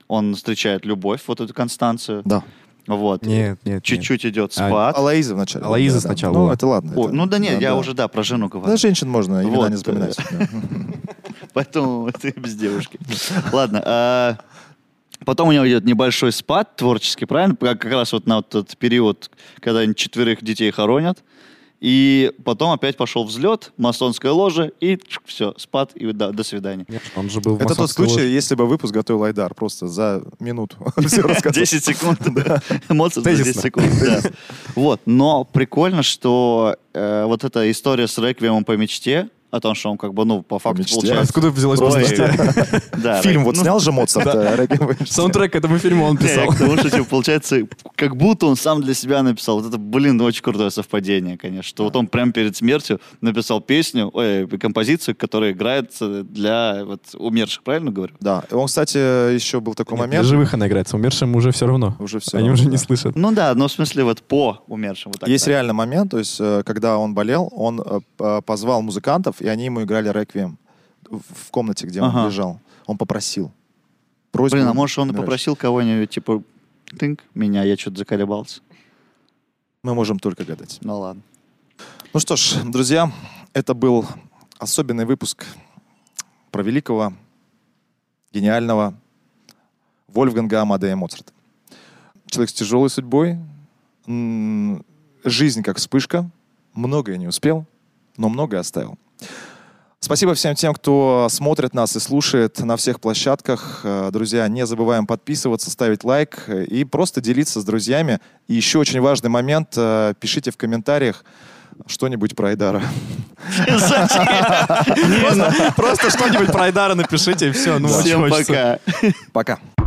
S1: он встречает любовь, вот эту Констанцию.
S3: Да.
S1: Вот.
S4: Нет, нет, нет.
S1: Чуть-чуть идет
S4: А,
S1: спад.
S3: Алаиза вначале.
S4: Алоиза
S3: Да, да.
S4: сначала
S3: Ну,
S4: была.
S3: это ладно.
S1: Ой,
S3: это-
S1: ну да нет, я
S3: да.
S1: уже, да, про жену говорю.
S3: Да, женщин можно имена
S1: Вот, э,
S3: не запоминать.
S1: Поэтому ты без девушки. Ладно. а, Потом у него идет небольшой спад творческий, правильно? Как как раз вот на вот этот период, когда они четверых детей хоронят. И потом опять пошел взлет, масонское ложе, и все, спад, и да, до свидания.
S4: Нет, он же был в
S3: Это тот
S4: масонской
S3: случай,
S4: ложе.
S3: если бы выпуск готовил Айдар просто за минуту. Все рассказал.
S1: 10 секунд. да. Моцарт за 10
S4: Тезисно.
S1: секунд. да. Вот. Но прикольно, что э, вот эта история с реквиемом по мечте, о том, что он как бы, ну, по факту
S3: мечте?
S1: получается...
S4: Откуда взялось
S1: Ой,
S4: просто?
S1: да,
S3: Фильм вот
S1: ну,
S3: снял же Моцарт. э, Регин-
S4: Саундтрек к этому фильму он
S1: Не, я
S4: писал.
S1: к тому, что, типа, получается, как будто он сам для себя написал. Вот это, блин, очень крутое совпадение, конечно. Что вот он прямо перед смертью написал песню, ой, композицию, которая играет э, для вот, умерших, правильно говорю?
S3: Да. Он, кстати, еще был такой
S4: Для
S3: момент.
S4: живых она играется, умершим уже все равно.
S3: Уже всё
S4: Они
S3: равно,
S4: уже
S3: да.
S4: не слышат.
S1: Ну да, но в смысле вот по умершим. Вот так,
S3: Есть
S1: да.
S3: реально момент, то есть, э, когда он болел, он э, п- э, позвал музыкантов, и они ему играли реквием в в комнате, где
S1: Ага.
S3: он лежал. Он попросил. Просьбу
S1: Блин, а может он и
S3: играть.
S1: попросил кого-нибудь, типа, тынк, меня, я что-то заколебался.
S3: Мы можем только гадать.
S1: Ну ладно.
S3: Ну что ж, друзья, это был особенный выпуск про великого, гениального Вольфганга Амадея Моцарта. Человек с тяжелой судьбой, м, жизнь как вспышка, многое не успел, но многое оставил. Спасибо всем тем, кто смотрит нас и слушает на всех площадках. Э, Друзья, не забываем подписываться, ставить лайк э, и просто делиться с друзьями. И еще очень важный момент. э, Пишите в комментариях что-нибудь про Айдара.
S4: Просто что-нибудь про Айдара напишите, и все. Ну, очень
S1: Всем
S4: хочется.
S1: пока.
S3: Пока.